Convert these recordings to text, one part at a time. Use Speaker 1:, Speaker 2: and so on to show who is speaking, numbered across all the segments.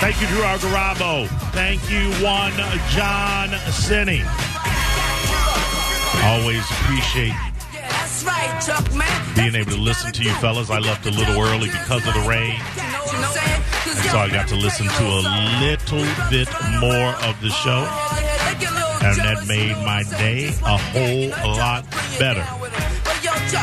Speaker 1: Thank you, Drew Algarabo. Thank you, one John Sinney. Always appreciate
Speaker 2: That's right, Chuck, man.
Speaker 1: being able to listen to you fellas. I left a little early because of the rain.
Speaker 2: And
Speaker 1: So I got to listen to a little bit more of the show.
Speaker 2: And that made my day a whole lot better.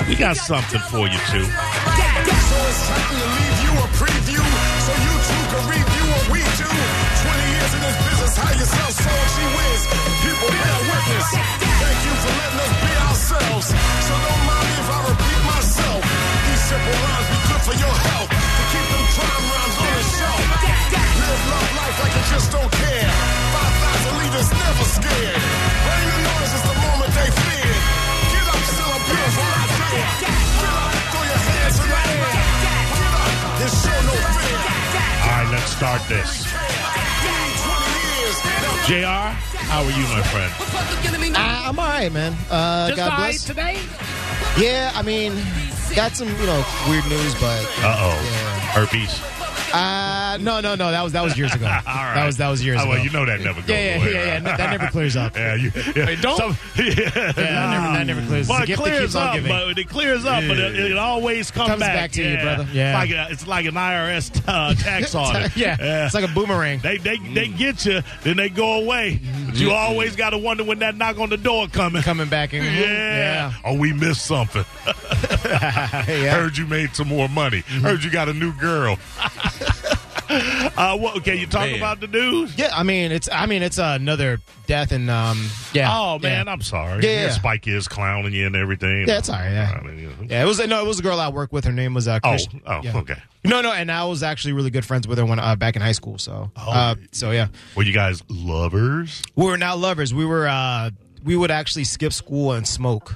Speaker 1: We got something for you, too.
Speaker 3: So it's time to leave you a preview so you too can review what we do. 20 years in this business, how yourself sold, she wins. People bear witness. Thank you for letting us be ourselves. So don't mind if I repeat myself. These simple rhymes be good for your health. To keep them crime rhymes on the shelf. Live love life like you just don't care. 5,000 leaders never scared. Rain and noise is the moment they feared. Get up, celebrate right there. Get up, throw your hands in the air. This show no fear.
Speaker 1: All right, let's start this. JR, how are you, my friend?
Speaker 4: I, I'm all right, man. Uh,
Speaker 5: Just
Speaker 4: God
Speaker 5: all right
Speaker 4: bless.
Speaker 5: today?
Speaker 4: Yeah, I mean, got some you know weird news, but
Speaker 1: Uh oh. Herpes.
Speaker 4: uh, no, no, no. That was that was years ago.
Speaker 1: All right.
Speaker 4: That was that was years
Speaker 1: oh,
Speaker 4: ago.
Speaker 1: Well, you know that never goes
Speaker 4: yeah, yeah,
Speaker 1: away.
Speaker 4: yeah, yeah. No, that never clears up.
Speaker 1: Yeah, you, yeah.
Speaker 5: Wait, don't-
Speaker 1: Some- yeah,
Speaker 4: that never- that never clears.
Speaker 1: Well,
Speaker 4: It's a
Speaker 1: it
Speaker 4: gift that
Speaker 1: clears
Speaker 4: keeps on
Speaker 1: up,
Speaker 4: giving.
Speaker 1: but it clears up, but it, it always comes,
Speaker 4: Comes back to you, brother. Yeah.
Speaker 1: It's like, a, it's like an IRS uh, tax audit.
Speaker 4: yeah, it's like a boomerang.
Speaker 1: They they they
Speaker 4: Mm.
Speaker 1: get you, then they go away.
Speaker 4: Mm-hmm.
Speaker 1: But you always got to wonder when that knock on the door coming.
Speaker 4: Coming back and
Speaker 1: Yeah. Oh, we missed something.
Speaker 4: yeah, yeah. Mm-hmm.
Speaker 1: Heard you made some more money. Heard you got a new girl. uh, what, can you talk
Speaker 5: man.
Speaker 1: about the news?
Speaker 4: Yeah, I mean it's I mean it's another death and um yeah.
Speaker 1: Oh man,
Speaker 4: yeah.
Speaker 1: I'm sorry.
Speaker 4: Yeah, yeah.
Speaker 1: Spike is clowning you and everything.
Speaker 4: Yeah, it's all right, yeah.
Speaker 1: I mean, you know.
Speaker 4: Yeah, it was no, it was a girl I worked with. Her name was uh,
Speaker 1: Oh,
Speaker 4: Christian.
Speaker 1: oh,
Speaker 4: Yeah.
Speaker 1: okay.
Speaker 4: No, no, and I was actually really good friends with her when uh, back in high school. So,
Speaker 1: Oh,
Speaker 4: uh, so yeah,
Speaker 1: Were you guys lovers?
Speaker 4: we were not lovers. We were uh, we would actually skip school and smoke,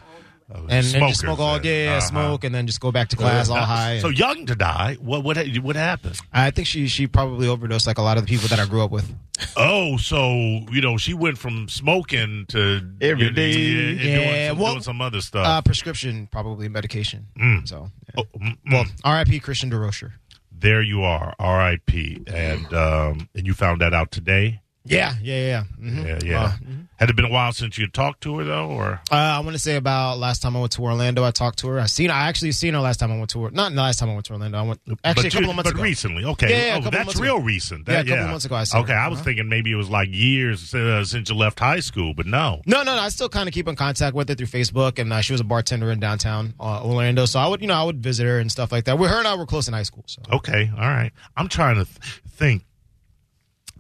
Speaker 4: and, and
Speaker 1: smokers
Speaker 4: just smoke all
Speaker 1: then.
Speaker 4: day, yeah,
Speaker 1: Uh-huh.
Speaker 4: smoke, and then just go back to class all high.
Speaker 1: So
Speaker 4: and-
Speaker 1: young to die. What what what happened?
Speaker 4: I think she she probably overdosed like a lot of the people that I grew up with.
Speaker 1: Oh, so you know she went from smoking to
Speaker 5: Every
Speaker 1: you know,
Speaker 5: day.
Speaker 1: yeah, and doing,
Speaker 4: Yeah,
Speaker 1: some,
Speaker 4: well-
Speaker 1: doing some other
Speaker 4: Uh,
Speaker 1: stuff.
Speaker 4: prescription, probably medication. So, yeah.
Speaker 1: Oh, mm, mm.
Speaker 4: R.I.P. Christian DeRocher.
Speaker 1: there you are, R.I.P. And um, and you found that out today.
Speaker 4: Yeah, yeah, yeah. hmm
Speaker 1: Yeah, Mm-hmm. yeah. Had it been a while since you talked to her though, or
Speaker 4: Uh, I want to say about last time I went to Orlando, I talked to her. I seen, I actually seen her last time I went to, Or- not the last time I went to Orlando. I went actually
Speaker 1: but
Speaker 4: a couple
Speaker 1: you-
Speaker 4: of months
Speaker 1: but
Speaker 4: ago.
Speaker 1: recently, okay.
Speaker 4: Yeah, yeah, a
Speaker 1: oh,
Speaker 4: couple of
Speaker 1: that's
Speaker 4: months
Speaker 1: real
Speaker 4: ago.
Speaker 1: recent.
Speaker 4: Yeah, a
Speaker 1: That-
Speaker 4: couple of months ago I saw
Speaker 1: okay,
Speaker 4: her.
Speaker 1: I was
Speaker 4: Uh-huh.
Speaker 1: thinking maybe it was like years uh, since you left high school, but no.
Speaker 4: No, no, no. I still kind of keep in contact with her through Facebook, and uh, she was a bartender in downtown uh, Orlando. So I would, you know, I would visit her and stuff like that. We, her and I were close in high school. So
Speaker 1: Okay, all right. I'm trying to th- think.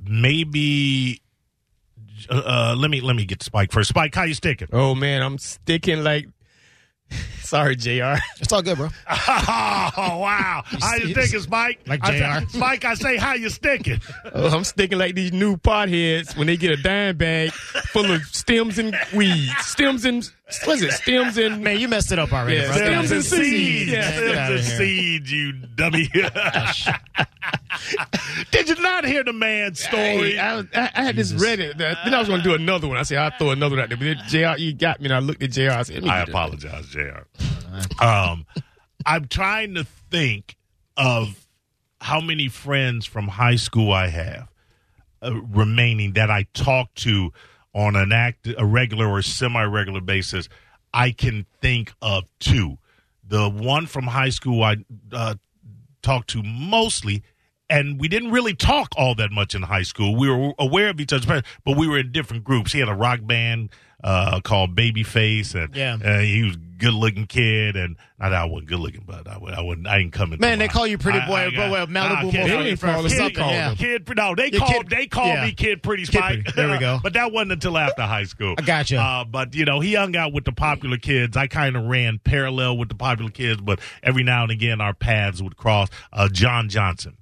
Speaker 1: Maybe uh, uh, let me let me get Spike first. Spike, how you sticking?
Speaker 5: Oh, man, I'm sticking like. Sorry, JR.
Speaker 4: it's all good, bro.
Speaker 1: Oh wow, how you sticking, Spike?
Speaker 4: Like
Speaker 1: I say-
Speaker 4: JR.
Speaker 1: Spike, I say how you sticking.
Speaker 5: Oh, I'm sticking like these new potheads when they get a dime bag full of stems and weeds. Stems and. What is it? Stems and.
Speaker 4: Man, you messed it up already,
Speaker 5: Yeah,
Speaker 4: bro.
Speaker 5: stems and seeds.
Speaker 4: Yeah, get
Speaker 1: Stems
Speaker 4: outta
Speaker 1: and
Speaker 4: here.
Speaker 1: seeds, you dummy. Did you not hear the man's story?
Speaker 5: Hey, I, I, I had this Reddit. that- Then I was going to do another one. I said, I'll throw another one out there. But then JR, you got me. And I looked at JR. I said, let me
Speaker 1: I
Speaker 5: get it.
Speaker 1: apologize, JR. Um, I'm trying to think of how many friends from high school I have uh, remaining that I talk to on an act, a regular or semi regular basis. I can think of two. The one from high school I uh, talked to mostly, and we didn't really talk all that much in high school. We were aware of each other's presence, but we were in different groups. He had a rock band uh, called Babyface, and
Speaker 4: Yeah.
Speaker 1: uh, he was a good-looking kid, and not that I wasn't good-looking, but I, would- I wouldn't, I didn't come in.
Speaker 4: Man, they call you pretty boy, bro, well, Malibu
Speaker 1: kid,
Speaker 4: mofo,
Speaker 1: kid,
Speaker 5: probably
Speaker 1: kid,
Speaker 5: something,
Speaker 4: yeah.
Speaker 1: kid, no, they
Speaker 4: Yeah,
Speaker 1: called,
Speaker 4: kid-
Speaker 1: they called
Speaker 4: yeah.
Speaker 1: me Kid Pretty
Speaker 4: Kid
Speaker 1: Spike.
Speaker 4: Pretty, there we go.
Speaker 1: but that wasn't until after high school.
Speaker 4: I gotcha.
Speaker 1: Uh, but you know, he hung out with the popular kids. I kind of ran parallel with the popular kids, but every now and again our paths would cross. Uh, John Johnson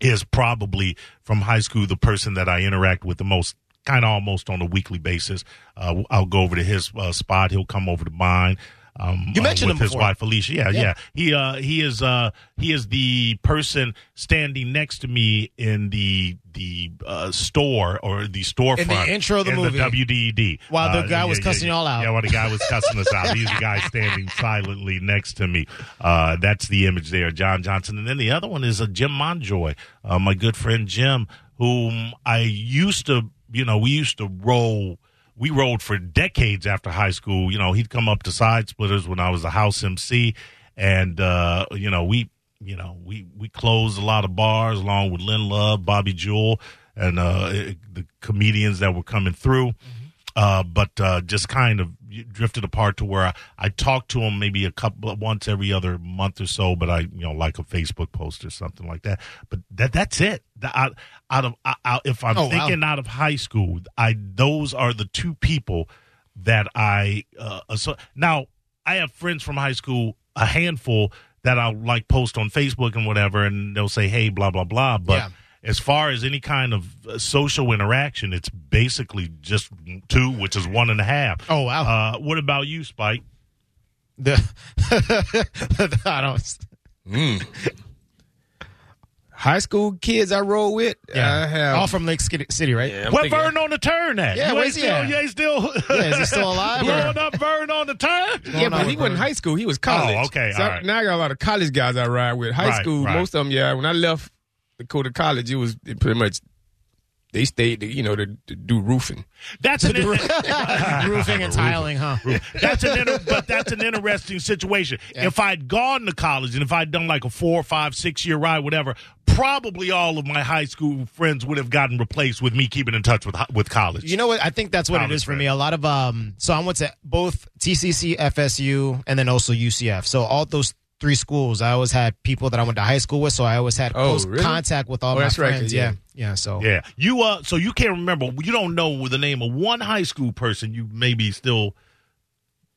Speaker 1: is probably from high school the person that I interact with the most, kind of almost on a weekly basis. Uh, I'll go over to his uh, spot, he'll come over to mine. Um,
Speaker 4: You
Speaker 1: uh,
Speaker 4: mentioned
Speaker 1: with
Speaker 4: him
Speaker 1: his
Speaker 4: before.
Speaker 1: wife Felicia. Yeah, yeah. He uh, he is uh, he is the person standing next to me in the the uh, store or the storefront
Speaker 4: intro of the
Speaker 1: in
Speaker 4: movie.
Speaker 1: WDED.
Speaker 4: While the
Speaker 1: Uh,
Speaker 4: guy was cussing y'all out.
Speaker 1: Yeah, while the guy was cussing us out. He's the guy standing silently next to me. Uh, that's the image there, John Johnson. And then the other one is uh, Jim Monjoy, uh, my good friend Jim, whom I used to, you know, we used to roll. We rolled for decades after high school. You know, he'd come up to Side Splitters when I was a house MC, and uh, you know, we, you know, we we closed a lot of bars along with Lynn Love, Bobby Jewell, and uh, it- the comedians that were coming through
Speaker 4: Mm-hmm.
Speaker 1: uh, but uh, just kind of drifted apart to where I, I talked to him maybe a couple once every other month or so, but I you know like a Facebook post or something like that. But that that's it. The- out, out of I, I, if I'm
Speaker 4: Oh, wow.
Speaker 1: thinking out of high school, I those are the two people that I uh, so now I have friends from high school, a handful that I'll like post on Facebook and whatever, and they'll say hey blah blah blah, but
Speaker 4: Yeah.
Speaker 1: as far as any kind of uh, social interaction, it's basically just two, which is one and a half.
Speaker 4: Oh, wow.
Speaker 1: Uh, what about you, Spike?
Speaker 4: The, I don't.
Speaker 5: High school kids I roll with,
Speaker 4: Yeah.
Speaker 5: I have.
Speaker 4: All from Lake Ski- City, right?
Speaker 5: Yeah, I'm
Speaker 1: Where
Speaker 5: thinking-
Speaker 1: Vern on the turn at?
Speaker 4: Yeah,
Speaker 1: you ain't
Speaker 4: where's he
Speaker 1: still,
Speaker 4: at?
Speaker 1: you ain't still
Speaker 4: Yeah, is he still alive, or-
Speaker 1: blowing up Vern on the turn?
Speaker 5: Yeah,
Speaker 4: going
Speaker 5: but
Speaker 4: on
Speaker 5: he
Speaker 4: with
Speaker 5: wasn't
Speaker 4: her?
Speaker 5: high school. He was college.
Speaker 1: Oh, okay,
Speaker 5: So
Speaker 1: all
Speaker 5: I-
Speaker 1: right.
Speaker 5: Now I got a lot of college guys I ride with. High
Speaker 1: Right,
Speaker 5: school,
Speaker 1: right.
Speaker 5: most of them, yeah. When I left Dakota College, it was it pretty much they stayed, to, you know, to, to do roofing.
Speaker 1: That's an
Speaker 4: Roofing and tiling, huh?
Speaker 1: that's an inter- but that's an interesting situation. If I'd gone to college and if I'd done like a four, five, six year ride, whatever, probably all of my high school friends would have gotten replaced with me keeping in touch with hi- with college.
Speaker 4: You know what? I think that's what it
Speaker 1: College
Speaker 4: is for
Speaker 1: friends.
Speaker 4: me. A lot of um. So I went to both TCC, FSU, and then also UCF. So all those three schools, I always had people that I went to high school with. So I always had
Speaker 5: Oh,
Speaker 4: close
Speaker 5: really?
Speaker 4: contact with all
Speaker 5: Oh,
Speaker 4: my
Speaker 5: that's right,
Speaker 4: friends.
Speaker 5: yeah.
Speaker 4: Yeah. yeah, So
Speaker 1: Yeah, you uh, so you can't remember. You don't know the name of one high school person you maybe still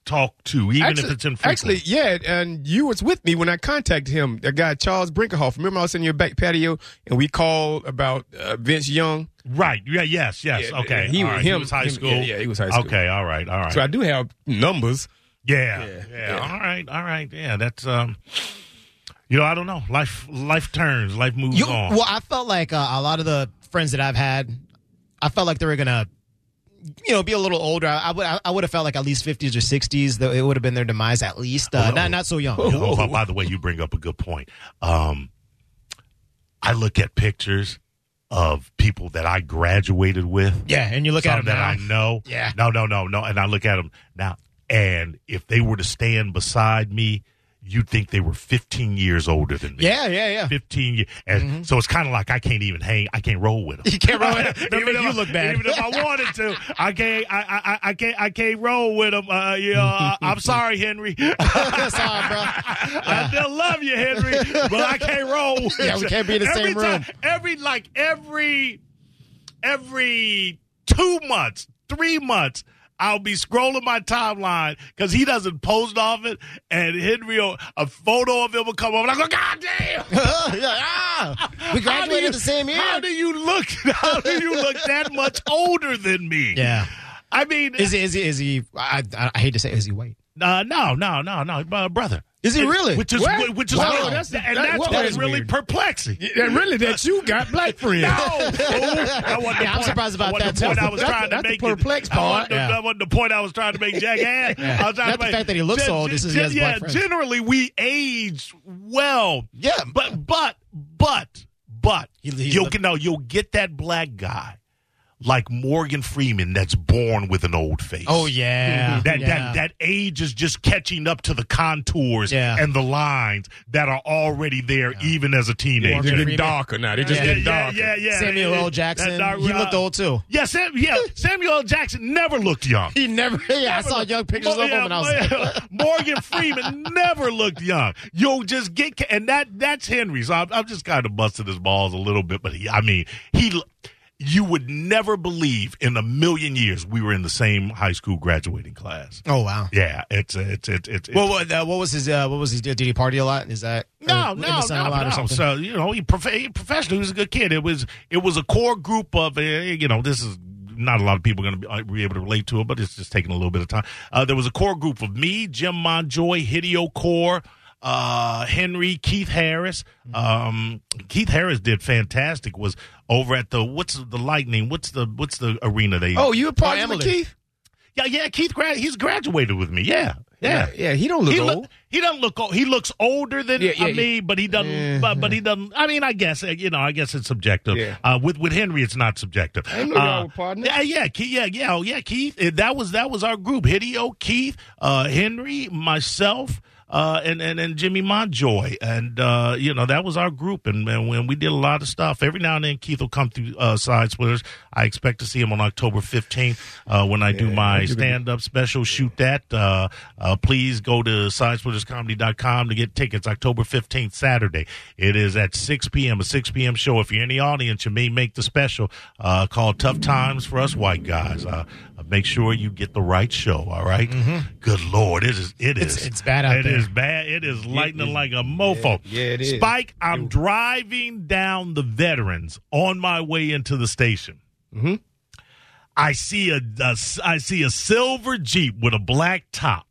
Speaker 1: talk to, even if it's infrequent.
Speaker 5: Actually, yeah, and you was with me when I contacted him. That guy Charles Brinkerhoff. Remember, I was in your back patio and we called about uh, Vince Young.
Speaker 1: right? Yeah, yes, yes.
Speaker 5: Yeah,
Speaker 1: okay,
Speaker 5: yeah, he-
Speaker 1: all right.
Speaker 5: him-
Speaker 1: was high
Speaker 5: him-
Speaker 1: school.
Speaker 5: yeah, yeah, he was high school.
Speaker 1: Okay, all right, all right.
Speaker 5: So I do have numbers.
Speaker 1: yeah, yeah,
Speaker 5: Yeah, yeah.
Speaker 1: All right, all right. Yeah, that's um. You know, I don't know. Life, life turns. Life moves
Speaker 4: You,
Speaker 1: on.
Speaker 4: well, I felt like uh, a lot of the friends that I've had, I felt like they were gonna, you know, be a little older. I, I would, I, I would have felt like at least fifties or sixties. Though it would have been their demise at least. Uh, not, not so young.
Speaker 1: Yeah, oh, by, by the way, you bring up a good point. Um, I look at pictures of people that I graduated with.
Speaker 4: Yeah, and you look at
Speaker 1: some that
Speaker 4: them now.
Speaker 1: I know.
Speaker 4: Yeah.
Speaker 1: No, no, no, no. And I look at them now, and if they were to stand beside me, you'd think they were 15 years older than me.
Speaker 4: Yeah, Mm-hmm. yeah, yeah.
Speaker 1: 15 years. And so it's kind of like I can't even hang. I can't roll with them.
Speaker 4: You can't roll with 'em. They'll
Speaker 1: even if
Speaker 4: make you
Speaker 1: I-
Speaker 4: look bad.
Speaker 1: Even if I wanted to, I can't. I, I, I- I can't. I can't roll with them. Uh, you know, I, I'm sorry, Henry.
Speaker 4: Sorry, bro.
Speaker 1: I still love you, Henry, but I can't roll. with
Speaker 4: Yeah, we
Speaker 1: you.
Speaker 4: can't be in the
Speaker 1: every
Speaker 4: same
Speaker 1: time-
Speaker 4: room.
Speaker 1: every like every every two months, three months, I'll be scrolling my timeline because he doesn't post off it, and Henry, will- a photo of him will come up, and I go, God damn.
Speaker 4: Yeah, ah, we
Speaker 1: How do
Speaker 4: graduated
Speaker 1: you-
Speaker 4: the same year.
Speaker 1: How do you look? How do you look that much older than me?
Speaker 4: Yeah.
Speaker 1: I mean,
Speaker 4: Is he? Is he? Is he? I, I, I hate to say, it, is he white?
Speaker 1: Uh, no, no, no, no, uh, brother.
Speaker 4: Is he
Speaker 1: And-
Speaker 4: really?
Speaker 1: Which is
Speaker 4: What?
Speaker 1: which is
Speaker 4: Wow,
Speaker 1: weird.
Speaker 4: that's-
Speaker 1: and
Speaker 4: that-
Speaker 1: that's
Speaker 4: whoa,
Speaker 1: what
Speaker 4: that is
Speaker 1: really
Speaker 4: weird.
Speaker 1: perplexing.
Speaker 5: And really, that you got black friends.
Speaker 1: No, fool. That wasn't the
Speaker 4: Yeah, I'm
Speaker 1: point.
Speaker 4: surprised about
Speaker 1: that wasn't
Speaker 4: that,
Speaker 1: the
Speaker 4: too.
Speaker 1: Point I was
Speaker 5: That's-
Speaker 1: trying
Speaker 5: that's
Speaker 1: to
Speaker 5: the
Speaker 1: make
Speaker 5: perplex
Speaker 1: it, that
Speaker 5: part.
Speaker 1: wasn't the-
Speaker 4: Yeah.
Speaker 1: That wasn't the point I was trying to make. Jack had. I was trying to
Speaker 4: Not the
Speaker 1: make,
Speaker 4: fact that he looks
Speaker 1: Gen-
Speaker 4: old, it's just he
Speaker 1: gen-
Speaker 4: has
Speaker 1: yeah,
Speaker 4: black friends.
Speaker 1: generally we age well.
Speaker 4: Yeah.
Speaker 1: but but but but
Speaker 4: He- he
Speaker 1: you'll
Speaker 4: look-
Speaker 1: get no, you'll get that black guy like Morgan Freeman that's born with an old face.
Speaker 4: Oh yeah.
Speaker 1: That,
Speaker 4: yeah.
Speaker 1: that that age is just catching up to the contours
Speaker 4: Yeah.
Speaker 1: and the lines that are already there, even as a
Speaker 5: They're
Speaker 1: teenager.
Speaker 5: getting darker now. They're just
Speaker 4: Yeah,
Speaker 5: getting
Speaker 1: yeah,
Speaker 5: darker.
Speaker 1: yeah, yeah.
Speaker 4: Samuel L.
Speaker 1: That uh,
Speaker 4: Jackson.
Speaker 1: dark-
Speaker 4: he looked old too.
Speaker 1: Yeah, Sam, yeah. Samuel L. Jackson never looked young.
Speaker 4: He never. Yeah, I saw young pictures of him, and I was like,
Speaker 1: Morgan Freeman never looked young. Yo, just get and that that's Henry. So I'm, I'm just kind of busting his balls a little bit, but he, I mean, he. l- You would never believe in a million years we were in the same high school graduating class.
Speaker 4: "Oh wow."
Speaker 1: Yeah, it's it's it's it's. it's
Speaker 4: Well, what, uh, what was his? Uh, what was he? Did he party a lot? Is that
Speaker 1: no,
Speaker 4: or in
Speaker 1: no,
Speaker 4: the sun a
Speaker 1: no,
Speaker 4: lot or
Speaker 1: no.
Speaker 4: something?
Speaker 1: So you know, he, prof- he professional. He was a good kid. It was it was a core group of uh, you know this is not a lot of people are going to be, uh, be able to relate to it, but it's just taking a little bit of time. Uh, there was a core group of me, Jim Monjoy, Hideo Core, uh, Henry, Keith Harris. Um, Keith Harris did fantastic. Was over at the what's the Lightning? What's the what's the arena they?
Speaker 5: Oh, you a part
Speaker 4: Oh,
Speaker 5: of it,
Speaker 4: Emily.
Speaker 5: Keith?
Speaker 1: yeah, yeah. Keith grad, he's graduated with me. Yeah, yeah.
Speaker 5: yeah. He don't look
Speaker 1: He,
Speaker 5: old.
Speaker 1: look, he doesn't look old. He looks older than
Speaker 5: Yeah, yeah,
Speaker 1: I mean, but he doesn't. But, but he doesn't. I mean, I guess uh, you know. I guess it's subjective.
Speaker 5: Yeah.
Speaker 1: Uh, with with Henry, it's not subjective.
Speaker 5: Ain't no wrong
Speaker 1: Uh,
Speaker 5: with partners.
Speaker 1: Yeah, yeah, Keith, yeah, yeah, oh, yeah. Keith, Uh, that was that was our group. Hideo, Keith, uh, Henry, myself. Uh, and, and and Jimmy Monjoy, and uh, you know that was our group, and, and when we did a lot of stuff. Every now and then, Keith will come through uh, side splitters. I expect to see him on October fifteenth uh, when I do my stand up special. Shoot that! Uh, uh, please go to sidesplitterscomedy.com to get tickets. October fifteenth, Saturday. It is at six p.m. a six p.m. show. If you're in the audience, you may make the special uh, called "Tough Times for Us White Guys." Uh, make sure you get the right show. All right? Good lord, it is. It is.
Speaker 4: Mm-hmm. It's- it's bad out
Speaker 1: It
Speaker 4: there.
Speaker 1: is bad. It is lightning like a mofo.
Speaker 5: yeah, it is.
Speaker 1: Spike, I'm driving down the veterans on my way into the station.
Speaker 5: Mm-hmm.
Speaker 1: I see a, a I see a silver Jeep with a black top.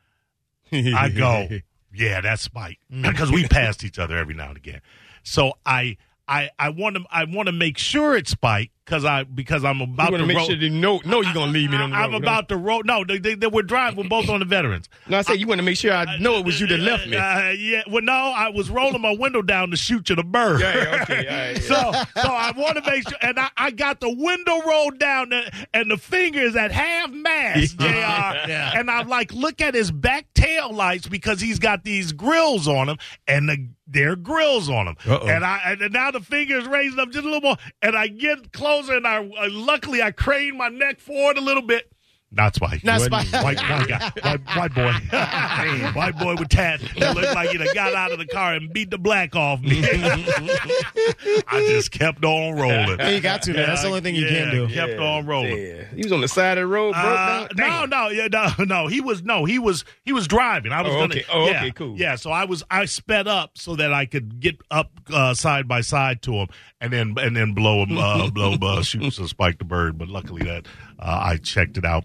Speaker 1: I go, yeah, that's Spike,
Speaker 5: Mm.
Speaker 1: because we passed each other every now and again. So I I I want to I want to make sure it's Spike because I because I'm about
Speaker 5: You want
Speaker 1: to
Speaker 5: to make
Speaker 1: roll.
Speaker 5: sure you know, know you're going to leave me on the road.
Speaker 1: I'm
Speaker 5: huh?
Speaker 1: about to roll. No, they, they, they were driving. We're both on the veterans.
Speaker 5: No, I said you want to make sure I know it was you that left me.
Speaker 1: Uh, yeah. Well, no, I was rolling my window down to shoot you the bird.
Speaker 5: Yeah, okay, all right, yeah.
Speaker 1: So, so I want to make sure, and I, I got the window rolled down, and, and the finger is at half mast, Jr.
Speaker 4: Yeah.
Speaker 1: And I like look at his back tail lights because he's got these grills on him, and the, they're grills on him.
Speaker 5: Uh-oh.
Speaker 1: And I and now the finger is raised up just a little more, and I get closer, and I uh, luckily I crane my neck forward a little bit. Not Spike.
Speaker 4: Not
Speaker 1: Wasn't
Speaker 4: Spike.
Speaker 1: White, white guy. White, white boy. white boy with tats. He looked like he'd have got out of the car and beat the black off me. I just kept on rolling.
Speaker 4: Yeah, you got to, man. That's the only thing you
Speaker 1: Yeah,
Speaker 4: can do.
Speaker 1: Kept on rolling.
Speaker 5: Yeah. He was on the side of the road, bro.
Speaker 1: Uh, no, no, yeah, no, no. He was no, he was he was driving. I was
Speaker 5: Oh,
Speaker 1: gonna,
Speaker 5: okay. Oh,
Speaker 1: yeah,
Speaker 5: okay, cool.
Speaker 1: Yeah, so I was I sped up so that I could get up uh, side by side to him, and then and then blow him, uh, blow uh, shoot so spike the bird. But luckily that uh, I checked it out.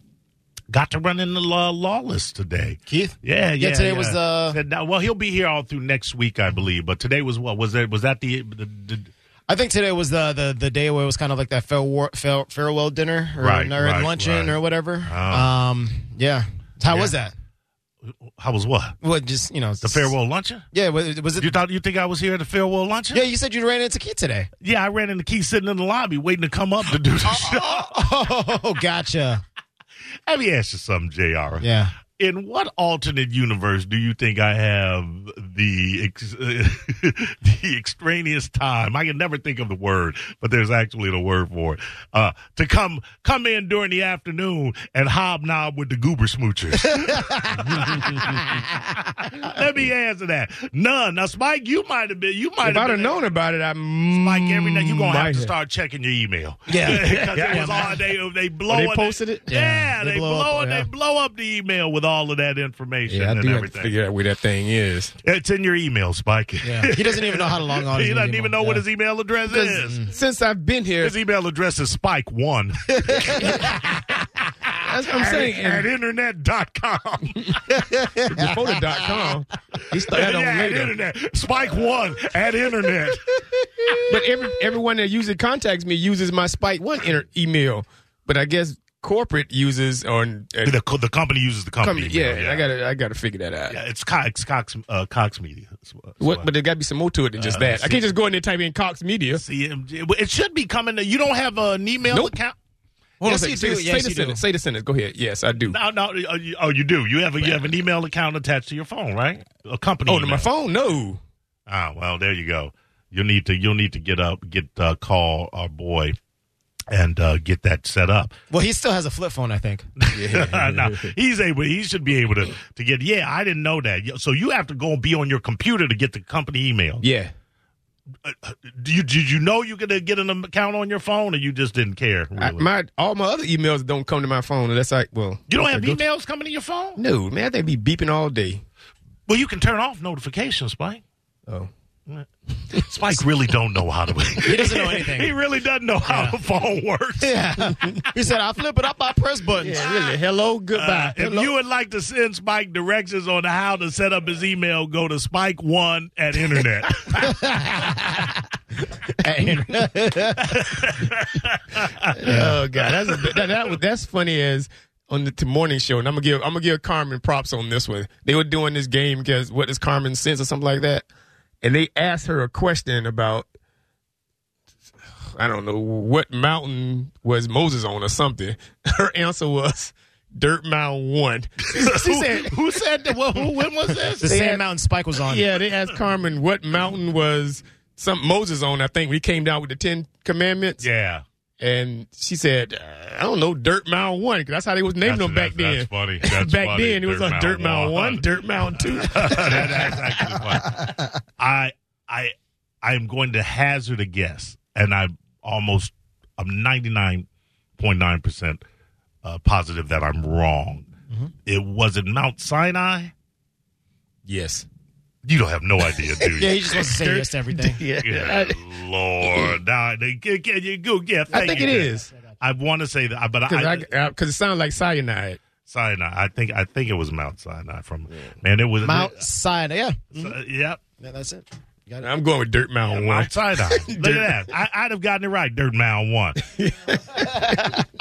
Speaker 1: Got to run into uh, Lawless today.
Speaker 4: Keith?
Speaker 1: Yeah, yeah.
Speaker 4: Yeah, today was
Speaker 1: yeah.
Speaker 4: the-
Speaker 1: Said now- well, he'll be here all through next week, I believe. But today was what was there? Was that the, the, the
Speaker 4: I think today was the, the the day where it was kind of like that farewell, farewell dinner or,
Speaker 1: Right,
Speaker 4: or
Speaker 1: right,
Speaker 4: luncheon
Speaker 1: right. Oh.
Speaker 4: or whatever. Um, yeah. How was that?
Speaker 1: how was what
Speaker 4: Well, just you know
Speaker 1: the farewell luncheon?
Speaker 4: Yeah, was, was
Speaker 1: You
Speaker 4: it?
Speaker 1: thought you think I was here at the farewell luncheon?
Speaker 4: Yeah, you said you ran into Keith today.
Speaker 1: Yeah, I ran into Keith sitting in the lobby waiting to come up to do the show.
Speaker 4: Oh, gotcha.
Speaker 1: Let me ask you something, JR.
Speaker 4: Yeah.
Speaker 1: In what alternate universe do you think I have the ex- the extraneous time? I can never think of the word, but there's actually the word for it. Uh, to come come in during the afternoon and hobnob with the goober smoochers. Let me answer that. None. Now, Spike, you might have been. You might
Speaker 5: If
Speaker 1: have
Speaker 5: I'd have
Speaker 1: been-
Speaker 5: known about it, I
Speaker 1: Like
Speaker 5: Mike
Speaker 1: every night, you're gonna have to start checking your email.
Speaker 4: Yeah.
Speaker 1: because it
Speaker 4: Yeah.
Speaker 1: was all they they blow.
Speaker 5: they posted it?
Speaker 1: Yeah,
Speaker 4: Yeah,
Speaker 1: they,
Speaker 4: they
Speaker 1: blow.
Speaker 4: blow up,
Speaker 1: it- They
Speaker 4: yeah.
Speaker 1: blow up the email with all of that information
Speaker 5: I
Speaker 1: and
Speaker 5: do have to
Speaker 1: everything.
Speaker 5: figure out where that thing is.
Speaker 1: It's in your email, Spike.
Speaker 4: Yeah. He doesn't even know how to log on.
Speaker 1: he
Speaker 4: to
Speaker 1: doesn't
Speaker 4: anymore.
Speaker 1: even know what his email address is.
Speaker 5: Since I've been here,
Speaker 1: His email address is spike one
Speaker 5: that's what I'm
Speaker 1: at,
Speaker 5: saying.
Speaker 1: at internet.com.
Speaker 5: before the dot com, he started
Speaker 1: yeah,
Speaker 5: on
Speaker 1: at
Speaker 5: later.
Speaker 1: internet. Spike one at internet.
Speaker 5: But every everyone that usually contacts me uses my Spike One inter- email. But I guess corporate uses or uh,
Speaker 1: the, co- the company uses the company.
Speaker 5: company.
Speaker 1: email,
Speaker 5: Yeah, I gotta I gotta figure that out.
Speaker 1: Yeah, it's Cox Cox uh, Cox Media. That's what-
Speaker 5: What, but there got to be some more to it than
Speaker 1: Uh,
Speaker 5: just that. I can't just go in there and type in Cox Media.
Speaker 1: CMG. Well, It should be coming. To, you don't have an email
Speaker 5: Nope.
Speaker 1: account.
Speaker 5: Hold
Speaker 4: Yes,
Speaker 5: on a
Speaker 4: you do.
Speaker 5: second. Say, the- say
Speaker 4: Yes,
Speaker 5: the
Speaker 4: you do.
Speaker 5: sentence. Say the sentence. Go ahead. Yes, I do.
Speaker 1: No, no. uh, you- Oh, you do. You have a, you have an email account attached to your phone, right? A company.
Speaker 5: oh, to my
Speaker 1: email.
Speaker 5: phone? No.
Speaker 1: Ah, well, there you go. You'll need to you'll need to get up, get uh, call our boy, and uh, get that set up.
Speaker 4: Well, he still has a flip phone, I think.
Speaker 1: no, he's able. He should be able to to get. Yeah, I didn't know that. So you have to go and be on your computer to get the company email. Uh,
Speaker 5: Yeah.
Speaker 1: Do you did you know you could uh, get an account on your phone, or you just didn't care?
Speaker 5: I,
Speaker 1: really?
Speaker 5: my all my other emails don't come to my phone unless I well.
Speaker 1: you don't
Speaker 5: unless
Speaker 1: have
Speaker 5: I go-
Speaker 1: emails coming to your phone.
Speaker 5: No, man, they be beeping all day.
Speaker 1: Well, you can turn off notifications, Mike.
Speaker 5: Oh.
Speaker 1: Spike really don't know how to.
Speaker 4: He doesn't know anything.
Speaker 1: he really doesn't know how the phone works.
Speaker 4: Yeah. he said, I flip it up, I press buttons.
Speaker 5: Really? Hello, goodbye.
Speaker 1: Uh, if you would like to send Spike directions on how to set up his email, go to spike1 at internet.
Speaker 5: oh god, that's a, that, that was- that's funny as on the t- morning show, and I'm gonna give I'm gonna give Carmen props on this one. They were doing this game because what is Carmen sense or something like that, and they asked her a question about I don't know what mountain was Moses on or something. Her answer was Dirt Mountain One. she said,
Speaker 1: Who said that? Well, who, when was this?
Speaker 4: The
Speaker 5: They
Speaker 4: same
Speaker 5: had-
Speaker 4: mountain Spike was on.
Speaker 5: Yeah, they asked Carmen what mountain was some Moses on. I think when he came down with the Ten Commandments.
Speaker 1: Yeah.
Speaker 5: and she said, uh, "I don't know, Dirt Mound One, because that's how they was naming
Speaker 1: That's-
Speaker 5: them back
Speaker 1: that's-
Speaker 5: then.
Speaker 1: that's funny. That's
Speaker 5: back
Speaker 1: funny,
Speaker 5: then, it was
Speaker 1: Dirt
Speaker 5: like Dirt
Speaker 1: Mound
Speaker 5: Mound
Speaker 1: One.
Speaker 5: One, Dirt Mound Two.
Speaker 1: That- that's actually funny. I I I am going to hazard a guess, and I almost I'm 99.9 percent uh, positive that I'm wrong.
Speaker 4: Mm-hmm.
Speaker 1: It was in Mount Sinai.
Speaker 5: yes,
Speaker 1: You don't have no idea, do
Speaker 4: Yeah,
Speaker 1: you?
Speaker 4: he just wants to say yes to everything.
Speaker 5: yeah,
Speaker 1: Good Lord, now they- can, can you go? Yeah,
Speaker 5: I,
Speaker 1: thank
Speaker 5: think
Speaker 1: you,
Speaker 5: it
Speaker 1: Jack.
Speaker 5: is
Speaker 1: I want to say that, but I,
Speaker 5: because because it sounded like cyanide.
Speaker 1: Sinai. I think I think it was Mount Sinai. From man, it was
Speaker 4: Mount Sinai. Yeah.
Speaker 1: Uh, yep.
Speaker 4: yeah. That's it. You got it.
Speaker 5: I'm going with Dirt Mound One.
Speaker 1: Mount Sinai. Look at that. I, I'd have gotten it right. Dirt Mound one.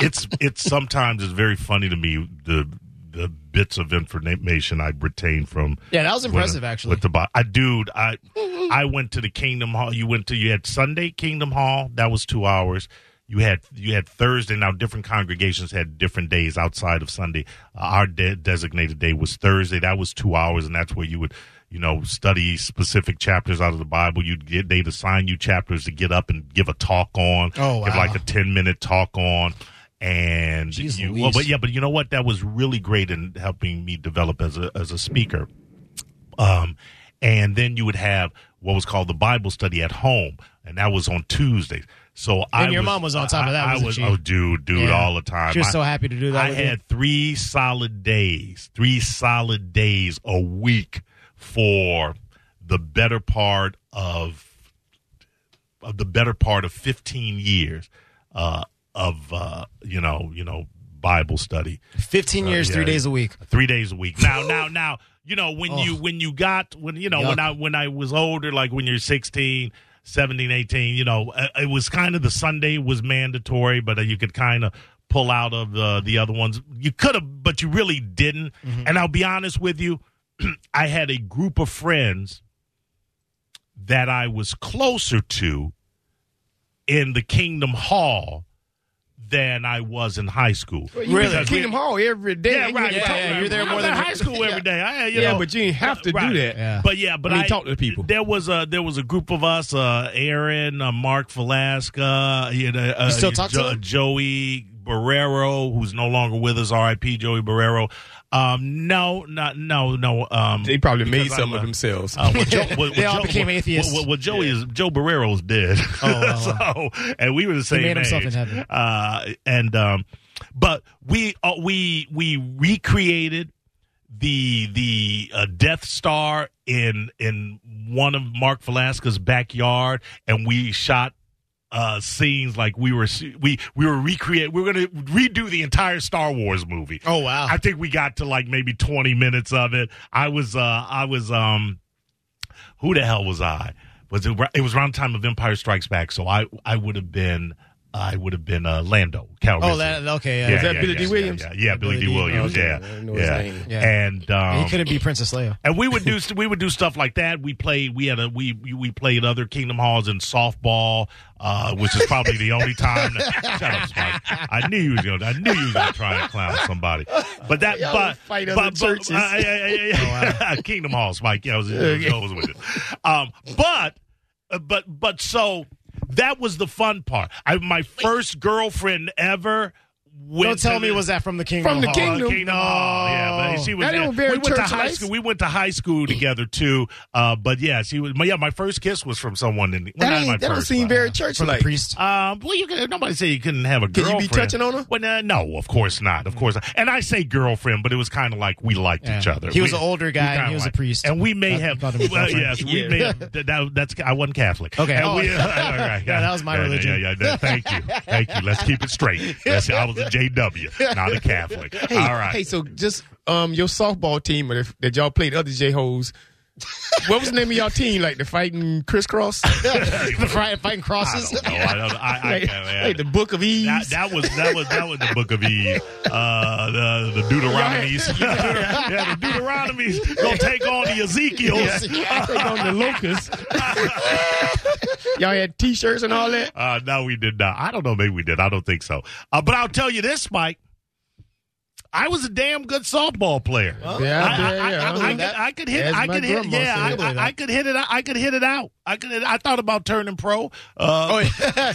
Speaker 1: it's it's sometimes it's very funny to me the the bits of information I retain from.
Speaker 4: Yeah, that was impressive,
Speaker 1: with-
Speaker 4: actually.
Speaker 1: With the bo- I dude, I I went to the Kingdom Hall. You went to you had Sunday Kingdom Hall. That was two hours. You had you had Thursday. Now different congregations had different days outside of Sunday. Uh, our de- designated day was Thursday. That was two hours, and that's where you would you know study specific chapters out of the Bible. You'd get they'd assign you chapters to get up and give a talk on.
Speaker 4: Oh,
Speaker 1: give
Speaker 4: wow.
Speaker 1: like a ten minute talk on. And
Speaker 4: Jeez
Speaker 1: you,
Speaker 4: Louise.
Speaker 1: well, but yeah, but you know what? That was really great in helping me develop as a as a speaker. Um, and then you would have what was called the Bible study at home, and that was on Tuesdays. So I
Speaker 4: And your mom was on top of that,
Speaker 1: I, I
Speaker 4: wasn't
Speaker 1: was
Speaker 4: she?
Speaker 1: oh, dude, dude,
Speaker 4: Yeah.
Speaker 1: all the time.
Speaker 4: She was
Speaker 1: I-
Speaker 4: so happy to do that.
Speaker 1: I
Speaker 4: with
Speaker 1: had three solid days, three solid days a week for the better part of of the better part of fifteen years uh, of uh, you know you know Bible study
Speaker 4: you. 15 years,
Speaker 1: yeah,
Speaker 4: three
Speaker 1: yeah.
Speaker 4: days a week.
Speaker 1: three days a week. Now, now, now, you know, when you
Speaker 4: Ugh.
Speaker 1: when you got when you know when
Speaker 4: Yuck.
Speaker 1: I when I was older, like when you're 16, 17, 18, you know, uh, it was kind of the Sunday was mandatory, but uh, you could kind of pull out of uh, the other ones. You could have, but you really didn't.
Speaker 4: Mm-hmm.
Speaker 1: And I'll be honest with you, I had a group of friends that I was closer to in the Kingdom Hall than I was in high school.
Speaker 5: You was
Speaker 4: Really?
Speaker 5: at Kingdom Hall every day.
Speaker 1: Yeah,
Speaker 5: You
Speaker 1: right.
Speaker 5: didn't
Speaker 4: Yeah,
Speaker 5: talk-
Speaker 4: yeah, you're there
Speaker 1: I'm
Speaker 4: more
Speaker 1: in
Speaker 4: than-
Speaker 1: high school every day. I, you
Speaker 5: yeah,
Speaker 1: know,
Speaker 5: but you didn't have to
Speaker 1: right.
Speaker 5: do that.
Speaker 4: Yeah.
Speaker 1: But yeah, but
Speaker 5: I
Speaker 1: I,
Speaker 5: mean, talk to the people.
Speaker 1: There was a there was a group of us: uh, Aaron, uh, Mark Velasca, you know, uh,
Speaker 4: You still talk to
Speaker 1: Jo-
Speaker 4: them?
Speaker 1: Joey Barrero, who's no longer with us. R.I.P. Joey Barrero. Um, no, not no no. Um,
Speaker 5: They probably made
Speaker 1: Because
Speaker 5: some
Speaker 1: I'm,
Speaker 5: of
Speaker 1: uh,
Speaker 5: themselves.
Speaker 1: uh, well, Joe, well,
Speaker 4: They
Speaker 1: well,
Speaker 4: all
Speaker 1: Joe-
Speaker 4: became
Speaker 1: well,
Speaker 4: atheists.
Speaker 1: Well, well, Joey is Joe Barrero's dead.
Speaker 4: Oh,
Speaker 1: so and we were the same.
Speaker 4: made himself
Speaker 1: age.
Speaker 4: in heaven.
Speaker 1: Uh, and um, but we uh, we we recreated the the uh, Death Star in in one of Mark Velasquez's backyard, and we shot. Uh, scenes like we were we we were recreate we were gonna redo the entire Star Wars movie.
Speaker 4: Oh, wow.
Speaker 1: I think we got to like maybe 20 minutes of it. I was, uh, I was, um, who the hell was I? Was it? It was around the time of Empire Strikes Back, so I, I would have been, I would have been uh, Lando Calrissian.
Speaker 4: oh, that, okay. Yeah.
Speaker 1: yeah,
Speaker 5: that
Speaker 1: yeah,
Speaker 5: Billy
Speaker 1: yeah,
Speaker 5: D.
Speaker 1: yeah,
Speaker 5: Williams?
Speaker 1: Yeah, yeah, Billy D. Williams.
Speaker 5: okay.
Speaker 1: Yeah,
Speaker 5: I didn't know his
Speaker 1: yeah.
Speaker 5: name.
Speaker 4: Yeah.
Speaker 1: and um,
Speaker 4: he couldn't be Princess Leia.
Speaker 1: and we would do we would do stuff like that. We played we had a we we- we played other Kingdom Halls in softball, uh, which is probably the only time. That, shut up, Spike. I knew you was gonna I knew you was gonna try and clown somebody. But that
Speaker 5: Y'all
Speaker 1: but
Speaker 5: fight
Speaker 1: but,
Speaker 5: other
Speaker 1: but-
Speaker 5: churches.
Speaker 1: uh, yeah, yeah, yeah, yeah. Kingdom Halls, Mike. Yeah, I was, I was always with it. Um, but uh, but but so that was the fun part. I my first girlfriend ever went.
Speaker 4: Don't tell
Speaker 1: to
Speaker 4: me
Speaker 1: the-
Speaker 4: was that from the Kingdom
Speaker 5: From the
Speaker 4: Hall?
Speaker 5: Kingdom?
Speaker 1: Kingdom Hall. Yeah,
Speaker 4: No.
Speaker 1: but she was.
Speaker 5: That
Speaker 1: yeah.
Speaker 5: don't bear
Speaker 1: we went to
Speaker 5: church
Speaker 1: high
Speaker 5: lights.
Speaker 1: school. We went to high school together too. Uh, but yeah, she was. My, yeah, my first kiss was from someone in. the- Well,
Speaker 5: That,
Speaker 1: not my
Speaker 5: ain't, that don't
Speaker 1: first,
Speaker 5: seem
Speaker 1: but-
Speaker 5: very church
Speaker 4: From the
Speaker 5: like.
Speaker 4: priest.
Speaker 1: Um, well, you can, nobody said you couldn't have a
Speaker 5: Could you
Speaker 1: girlfriend.
Speaker 5: be touching on her?
Speaker 1: Well, nah, no, of course not. Of course, not. and I say girlfriend, but it was kind of like we liked
Speaker 4: Yeah.
Speaker 1: each other.
Speaker 4: He was
Speaker 1: We-
Speaker 4: an older
Speaker 1: we
Speaker 4: guy and
Speaker 1: kinda
Speaker 4: he was a
Speaker 1: liked-
Speaker 4: priest.
Speaker 1: and we may
Speaker 4: That-
Speaker 1: have.
Speaker 4: called him a
Speaker 1: well,
Speaker 4: girlfriend.
Speaker 1: yes, we
Speaker 5: Yeah.
Speaker 1: may. Have, that, that- that's I wasn't Catholic.
Speaker 4: Okay.
Speaker 1: And
Speaker 4: Oh.
Speaker 1: we- all right, all right.
Speaker 4: Yeah, that was my
Speaker 1: Yeah, yeah,
Speaker 4: religion.
Speaker 1: Yeah, yeah, yeah. Thank you, thank you. Let's keep it straight. Let's- I was a JW, not a Catholic.
Speaker 5: Hey,
Speaker 1: all right.
Speaker 5: Hey, so just um, your softball team or if, that y'all played other J holes. what was the name of y'all team? Like the fighting crisscross,
Speaker 4: the fri- fighting
Speaker 1: I
Speaker 4: crosses.
Speaker 1: don't know. I don't- I- I
Speaker 5: like,
Speaker 1: can't-
Speaker 5: like the Book of Ease.
Speaker 1: That, that was that was that was the Book of Eve, uh, the, the Deuteronomies. yeah, the Deuteronomies gonna take on the Ezekiels.
Speaker 5: I think on the locust. y'all had T-shirts and all that.
Speaker 1: Uh, no, we did not. I don't know. Maybe we did. I don't think so. Uh, but I'll tell you this, Mike. I was a damn good softball player.
Speaker 5: Yeah,
Speaker 1: I, I- I-
Speaker 5: yeah,
Speaker 1: I- I could, I could hit.
Speaker 5: As
Speaker 1: I
Speaker 5: my
Speaker 1: could hit.
Speaker 5: grandma
Speaker 1: Yeah,
Speaker 5: said.
Speaker 1: I, I, I could hit it. out- I could hit it out. I could. I thought about turning pro. Uh,
Speaker 4: Oh, yeah.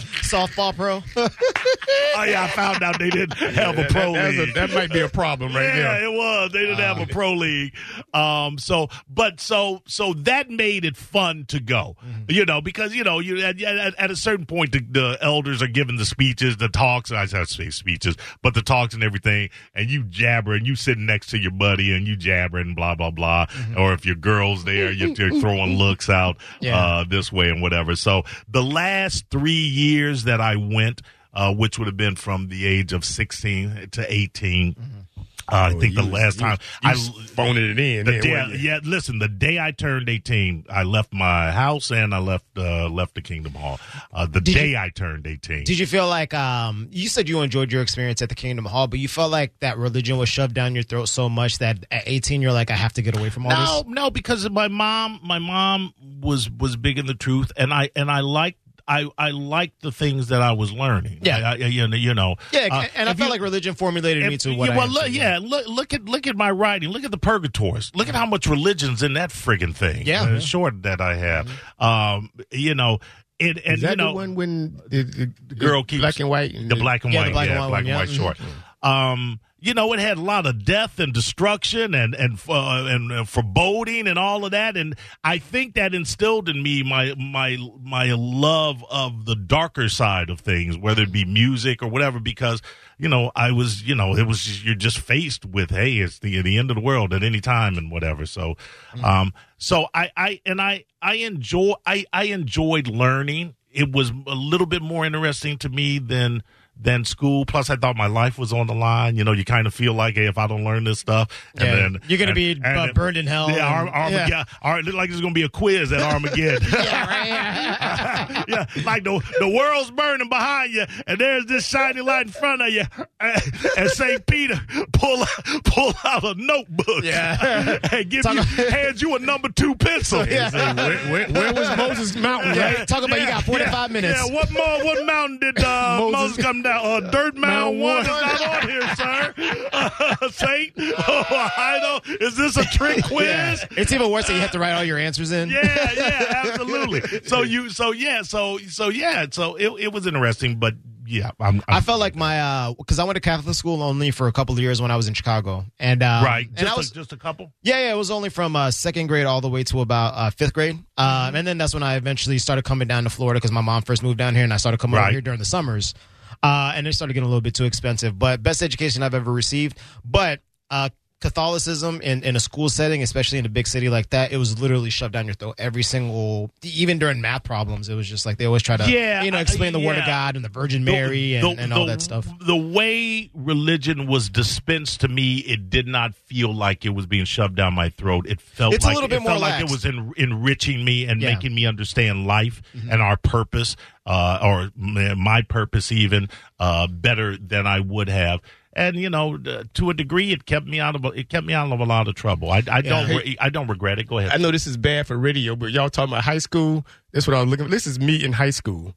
Speaker 4: Softball pro.
Speaker 1: oh yeah, I found out they didn't have a
Speaker 5: That-
Speaker 1: pro
Speaker 5: that- that's a-
Speaker 1: league.
Speaker 5: that might be a problem right
Speaker 1: yeah,
Speaker 5: there. Ah.
Speaker 1: it was. They didn't have a pro league. Um, so but so so that made it fun to go.
Speaker 5: Mm-hmm.
Speaker 1: You know, because you know you at, at, at a certain point the, the elders are giving the speeches, the talks. I should say speeches, but the talks and everything, and you jabber and you sitting next to your buddy and you jabbering and blah blah blah.
Speaker 5: Mm-hmm.
Speaker 1: Or if your girl's there, you're, you're throwing looks out
Speaker 4: Yeah.
Speaker 1: uh, this way and whatever. So the last three years that I went. Uh, which would have been from the age of 16 to 18
Speaker 5: Mm-hmm.
Speaker 1: uh, I think the last time
Speaker 5: I
Speaker 1: I
Speaker 5: phoned it in.
Speaker 1: the
Speaker 5: then,
Speaker 1: day,
Speaker 5: wasn't you?
Speaker 1: yeah, listen, the day I turned 18, I left my house and I left uh, left the Kingdom Hall. Uh, the
Speaker 4: Did you-
Speaker 1: day I turned 18.
Speaker 4: Did you feel like um, you said you enjoyed your experience at the Kingdom Hall, but you felt like that religion was shoved down your throat so much that at 18 you're like, I have to get away from all
Speaker 1: no,
Speaker 4: this.
Speaker 1: no, because my mom, my mom was was big in the truth, and I and I liked I I liked the things that I was learning.
Speaker 4: Yeah.
Speaker 1: I, I, you know, you know.
Speaker 4: Yeah,
Speaker 1: Uh,
Speaker 4: and I
Speaker 1: if
Speaker 4: felt
Speaker 1: you-
Speaker 4: like religion formulated me
Speaker 1: If-
Speaker 4: to what
Speaker 1: yeah,
Speaker 4: I
Speaker 1: well,
Speaker 4: am
Speaker 1: look,
Speaker 4: today.
Speaker 1: yeah, look, look at look at my writing. Look at the purgatories. Look at how much religion's in that friggin' thing.
Speaker 4: Yeah. Mm-hmm.
Speaker 1: uh, short that I have. Um, you know, it and
Speaker 5: Is that
Speaker 1: you know
Speaker 5: the one when the, the, the
Speaker 1: Girl keeps-
Speaker 5: black and white? And
Speaker 1: the black and
Speaker 4: Yeah, the
Speaker 1: white,
Speaker 4: black
Speaker 1: yeah,
Speaker 4: and white
Speaker 1: black
Speaker 4: one,
Speaker 1: and
Speaker 4: yeah. Mm-hmm.
Speaker 1: white short. Um, you know, it had a lot of death and destruction and and uh, and uh, foreboding and all of that, and I think that instilled in me my my my love of the darker side of things, whether it be music or whatever, because you know I was you know it was just, you're just faced with hey it's the the end of the world at any time and whatever. So,
Speaker 4: Mm-hmm.
Speaker 1: um, so I I and I I enjoy I I enjoyed learning. It was a little bit more interesting to me than than school. Plus, I thought my life was on the line. You know, you kind of feel like, hey, if I don't learn this stuff, and
Speaker 4: Yeah,
Speaker 1: then
Speaker 4: you're gonna
Speaker 1: and-
Speaker 4: be, uh,
Speaker 1: then-
Speaker 4: burned in hell
Speaker 1: Yeah, Ar-
Speaker 4: and-
Speaker 1: Armageddon.
Speaker 4: yeah.
Speaker 1: All right, look like there's gonna be a quiz at Armageddon. yeah, like the the world's burning behind you, and there's this shiny light in front of you, and, and Saint Peter pull out- pull out a notebook,
Speaker 4: Yeah.
Speaker 1: and give
Speaker 4: Talk
Speaker 1: you,
Speaker 4: about-
Speaker 1: hand you a number two pencil.
Speaker 4: Yeah.
Speaker 5: Say, where, where, where was Moses Mountain?
Speaker 4: Yeah.
Speaker 5: Right?
Speaker 4: Talk about you got 45 minutes.
Speaker 1: Yeah, what more? What mountain did uh, Moses,
Speaker 5: Moses-
Speaker 1: come down? Uh, Dirt Mound
Speaker 5: Mound
Speaker 1: One is
Speaker 5: One.
Speaker 1: not on here, sir. Uh, Saint, oh, I don't. Is this a trick quiz?
Speaker 4: It's even worse that you have to write all your answers in.
Speaker 1: yeah, yeah, absolutely. So you, so yeah, so so yeah, so it, it was interesting, but yeah, I'm, I'm
Speaker 4: I felt like my uh because I went to Catholic school only for a couple of years when I was in Chicago, and uh,
Speaker 1: right.
Speaker 4: and I
Speaker 1: Just,
Speaker 4: was
Speaker 1: a, just a couple.
Speaker 4: yeah, yeah, it was only from uh, second grade all the way to about uh, fifth grade,
Speaker 1: Mm-hmm.
Speaker 4: um, and then that's when I eventually started coming down to Florida because my mom first moved down here, and I started coming
Speaker 1: Right.
Speaker 4: over here during the summers, uh, and it started getting a little bit too expensive. But best education I've ever received, but. Uh, Catholicism in, in a school setting, especially in a big city like that, it was literally shoved down your throat every single, even during math problems. It was just like they always try to,
Speaker 1: Yeah,
Speaker 4: you know,
Speaker 1: I-
Speaker 4: explain the Word of
Speaker 1: yeah.
Speaker 4: God and the Virgin Mary and, and all
Speaker 1: the-
Speaker 4: that stuff.
Speaker 1: The way religion was dispensed to me, it did not feel like it was being shoved down my throat. It felt
Speaker 4: It's a
Speaker 1: like,
Speaker 4: little
Speaker 1: it
Speaker 4: bit more
Speaker 1: felt like it
Speaker 4: lax.
Speaker 1: was en- enriching me and
Speaker 4: Yeah.
Speaker 1: making me understand life and our purpose, uh, or m- my purpose even uh, better than I would have. And you know, d- to a degree, it kept me out of a- it kept me out of a lot of trouble. I, I don't
Speaker 4: Yeah.
Speaker 1: re- I don't regret it. Go ahead.
Speaker 5: I know this is bad for radio, but y'all talking about high school. That's what I was looking. This is me in high school.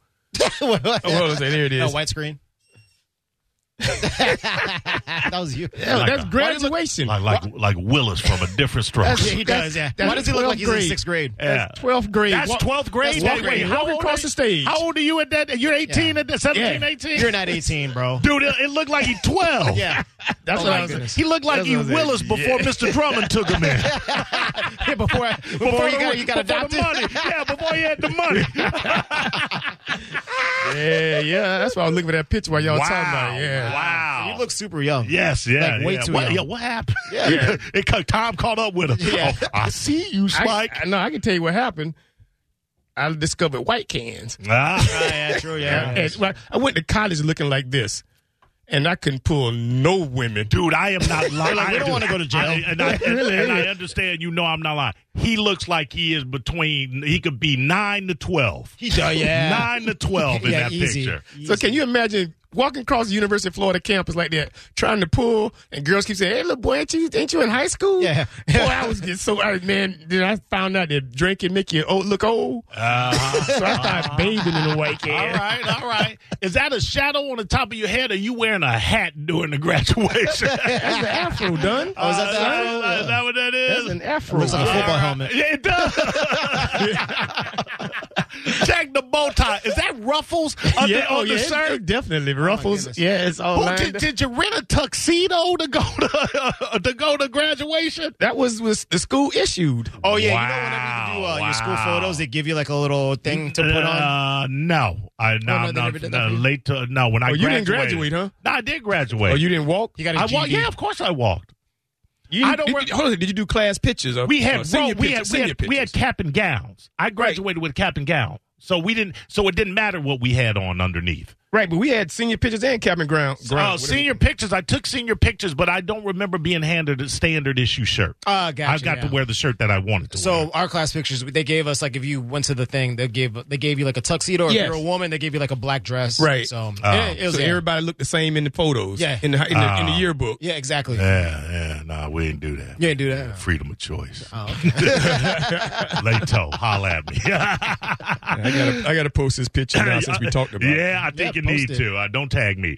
Speaker 1: Oh,
Speaker 4: what
Speaker 5: Oh, what was that? There it
Speaker 4: No,
Speaker 5: is.
Speaker 4: white screen. that was you.
Speaker 5: No,
Speaker 1: Like
Speaker 5: that's
Speaker 1: a-
Speaker 5: graduation.
Speaker 1: like like like Willis from a different stroke.
Speaker 5: That's-
Speaker 4: he does. Yeah.
Speaker 5: that's
Speaker 4: Why does he look
Speaker 5: 12th
Speaker 4: like he's
Speaker 5: grade.
Speaker 4: in sixth grade?
Speaker 1: Yeah.
Speaker 5: That's 12th grade.
Speaker 1: That's
Speaker 5: Walk-
Speaker 1: 12th grade.
Speaker 5: That's
Speaker 1: That-
Speaker 5: 12th grade.
Speaker 1: wait, how
Speaker 5: Walk
Speaker 1: old
Speaker 5: across
Speaker 1: are
Speaker 5: the stage.
Speaker 1: How old are you at that? You're 18 at that, 17,
Speaker 5: Yeah.
Speaker 1: 18?
Speaker 4: You're not 18, bro.
Speaker 1: Dude, it, it looked like he 12.
Speaker 4: Yeah.
Speaker 5: That's
Speaker 4: Oh
Speaker 5: what
Speaker 4: my
Speaker 5: I was.
Speaker 4: goodness.
Speaker 1: He looked like
Speaker 5: That's
Speaker 1: he
Speaker 5: what I'm saying.
Speaker 1: Willis before Mr. Drummond took him in.
Speaker 4: Yeah, before I, before, you got you got
Speaker 1: before the
Speaker 4: adopted.
Speaker 1: money. Yeah, before he had the money.
Speaker 5: Yeah, yeah. That's why I was looking for that picture while y'all
Speaker 1: wow.
Speaker 5: talking about. It. Yeah.
Speaker 1: Wow.
Speaker 4: You look super young.
Speaker 1: Yes, yeah,
Speaker 4: Like, way
Speaker 1: yeah.
Speaker 4: too
Speaker 1: what,
Speaker 4: young.
Speaker 1: yeah, what happened?
Speaker 4: Yeah.
Speaker 1: it, cut- Tom caught up with him.
Speaker 4: Yeah.
Speaker 1: Oh, I see you, Spike.
Speaker 5: I, I, no, I can tell you what happened. I discovered white cans.
Speaker 1: ah,
Speaker 4: Yeah, yeah, true.
Speaker 5: And-
Speaker 4: Yeah.
Speaker 5: and, well, I went to college looking like this, and I couldn't pull no women.
Speaker 1: dude, I am not lying.
Speaker 4: Like, we don't wanna go to jail.
Speaker 1: I, and, I, and, and I understand. You know, I'm not lying. He looks like he is between. He could be nine to twelve.
Speaker 4: He does. Yeah.
Speaker 1: Nine to twelve in
Speaker 4: Yeah,
Speaker 1: that
Speaker 4: easy.
Speaker 1: picture.
Speaker 5: So can you imagine walking across the University of Florida campus like that, trying to pull, and girls keep saying, "Hey, little boy, ain't you, ain't you in high school?"
Speaker 4: Yeah.
Speaker 5: Boy, I was getting so I, man. Then I found out that drinking make you old, look old.
Speaker 1: Uh,
Speaker 5: So I started bathing in the white
Speaker 1: all
Speaker 5: can.
Speaker 1: right, all right. Is that a shadow on the top of your head? Or are you wearing a hat during the graduation?
Speaker 5: That's an afro, done.
Speaker 4: Oh, is that the-
Speaker 1: Uh, is that what that is?
Speaker 5: That's an afro.
Speaker 4: Looks like a football helmet.
Speaker 1: Yeah, it does. Check the bow tie. Is that ruffles under,
Speaker 5: yeah, oh,
Speaker 1: on
Speaker 5: yeah,
Speaker 1: the
Speaker 5: it-
Speaker 1: shirt?
Speaker 5: it definitely ruffles.
Speaker 4: goodness.
Speaker 5: yeah, it's all
Speaker 1: Who-
Speaker 5: lined
Speaker 1: did,
Speaker 5: up.
Speaker 1: did you rent a tuxedo to go to uh, to go to graduation?
Speaker 5: That was was the school issued.
Speaker 4: Oh yeah, you know whenever you do uh,
Speaker 1: Wow,
Speaker 4: your school
Speaker 1: wow.
Speaker 4: photos, they give you like a little thing to put on.
Speaker 1: Uh, no, I no, I'm
Speaker 4: no, they
Speaker 1: not-
Speaker 4: never did that
Speaker 1: no,
Speaker 4: for you?
Speaker 1: late to no. When I
Speaker 5: Oh, you didn't
Speaker 1: graduated.
Speaker 5: graduate, huh?
Speaker 1: No, I did graduate.
Speaker 5: Oh, you didn't walk.
Speaker 4: You got a
Speaker 1: I walked.
Speaker 4: GED.
Speaker 1: Yeah, of course I walked.
Speaker 5: You,
Speaker 1: I don't
Speaker 5: did,
Speaker 1: wear-
Speaker 5: did- hold on. Did you do class pictures? Or,
Speaker 1: We had,
Speaker 5: or
Speaker 1: bro,
Speaker 5: senior
Speaker 1: we,
Speaker 5: pictures,
Speaker 1: had, we,
Speaker 5: senior
Speaker 1: had we had
Speaker 5: pictures?
Speaker 1: cap and gowns. I graduated with cap and gown, so we didn't. So it didn't matter what we had on underneath.
Speaker 5: right, but we had senior pictures and cabin ground.
Speaker 1: Oh,
Speaker 5: ground whatever.
Speaker 1: senior pictures. I took senior pictures, but I don't remember being handed a standard issue shirt.
Speaker 5: Oh,
Speaker 4: Uh, gotcha,
Speaker 1: I've got
Speaker 4: yeah.
Speaker 1: to wear the shirt that I wanted to wear.
Speaker 4: So our class pictures, they gave us like if you went to the thing, they gave they gave you like a tuxedo. Or
Speaker 5: Yes.
Speaker 4: If you're a woman, they gave you like a black dress.
Speaker 5: Right.
Speaker 4: So
Speaker 1: Oh.
Speaker 4: it, it was
Speaker 5: So
Speaker 4: yeah.
Speaker 5: everybody looked the same in the photos.
Speaker 4: Yeah.
Speaker 5: in the in the, in the
Speaker 1: Ah.
Speaker 5: yearbook.
Speaker 4: yeah, exactly.
Speaker 1: Yeah, yeah. Nah, we didn't do that.
Speaker 4: You ain't do that.
Speaker 1: Freedom of choice. Oh, Lato, holla at me.
Speaker 5: I gotta I gotta post this picture now since we talked about. it.
Speaker 1: yeah, I think
Speaker 4: Yeah,
Speaker 1: you
Speaker 4: post
Speaker 1: need
Speaker 4: it.
Speaker 1: to. Uh, don't tag me.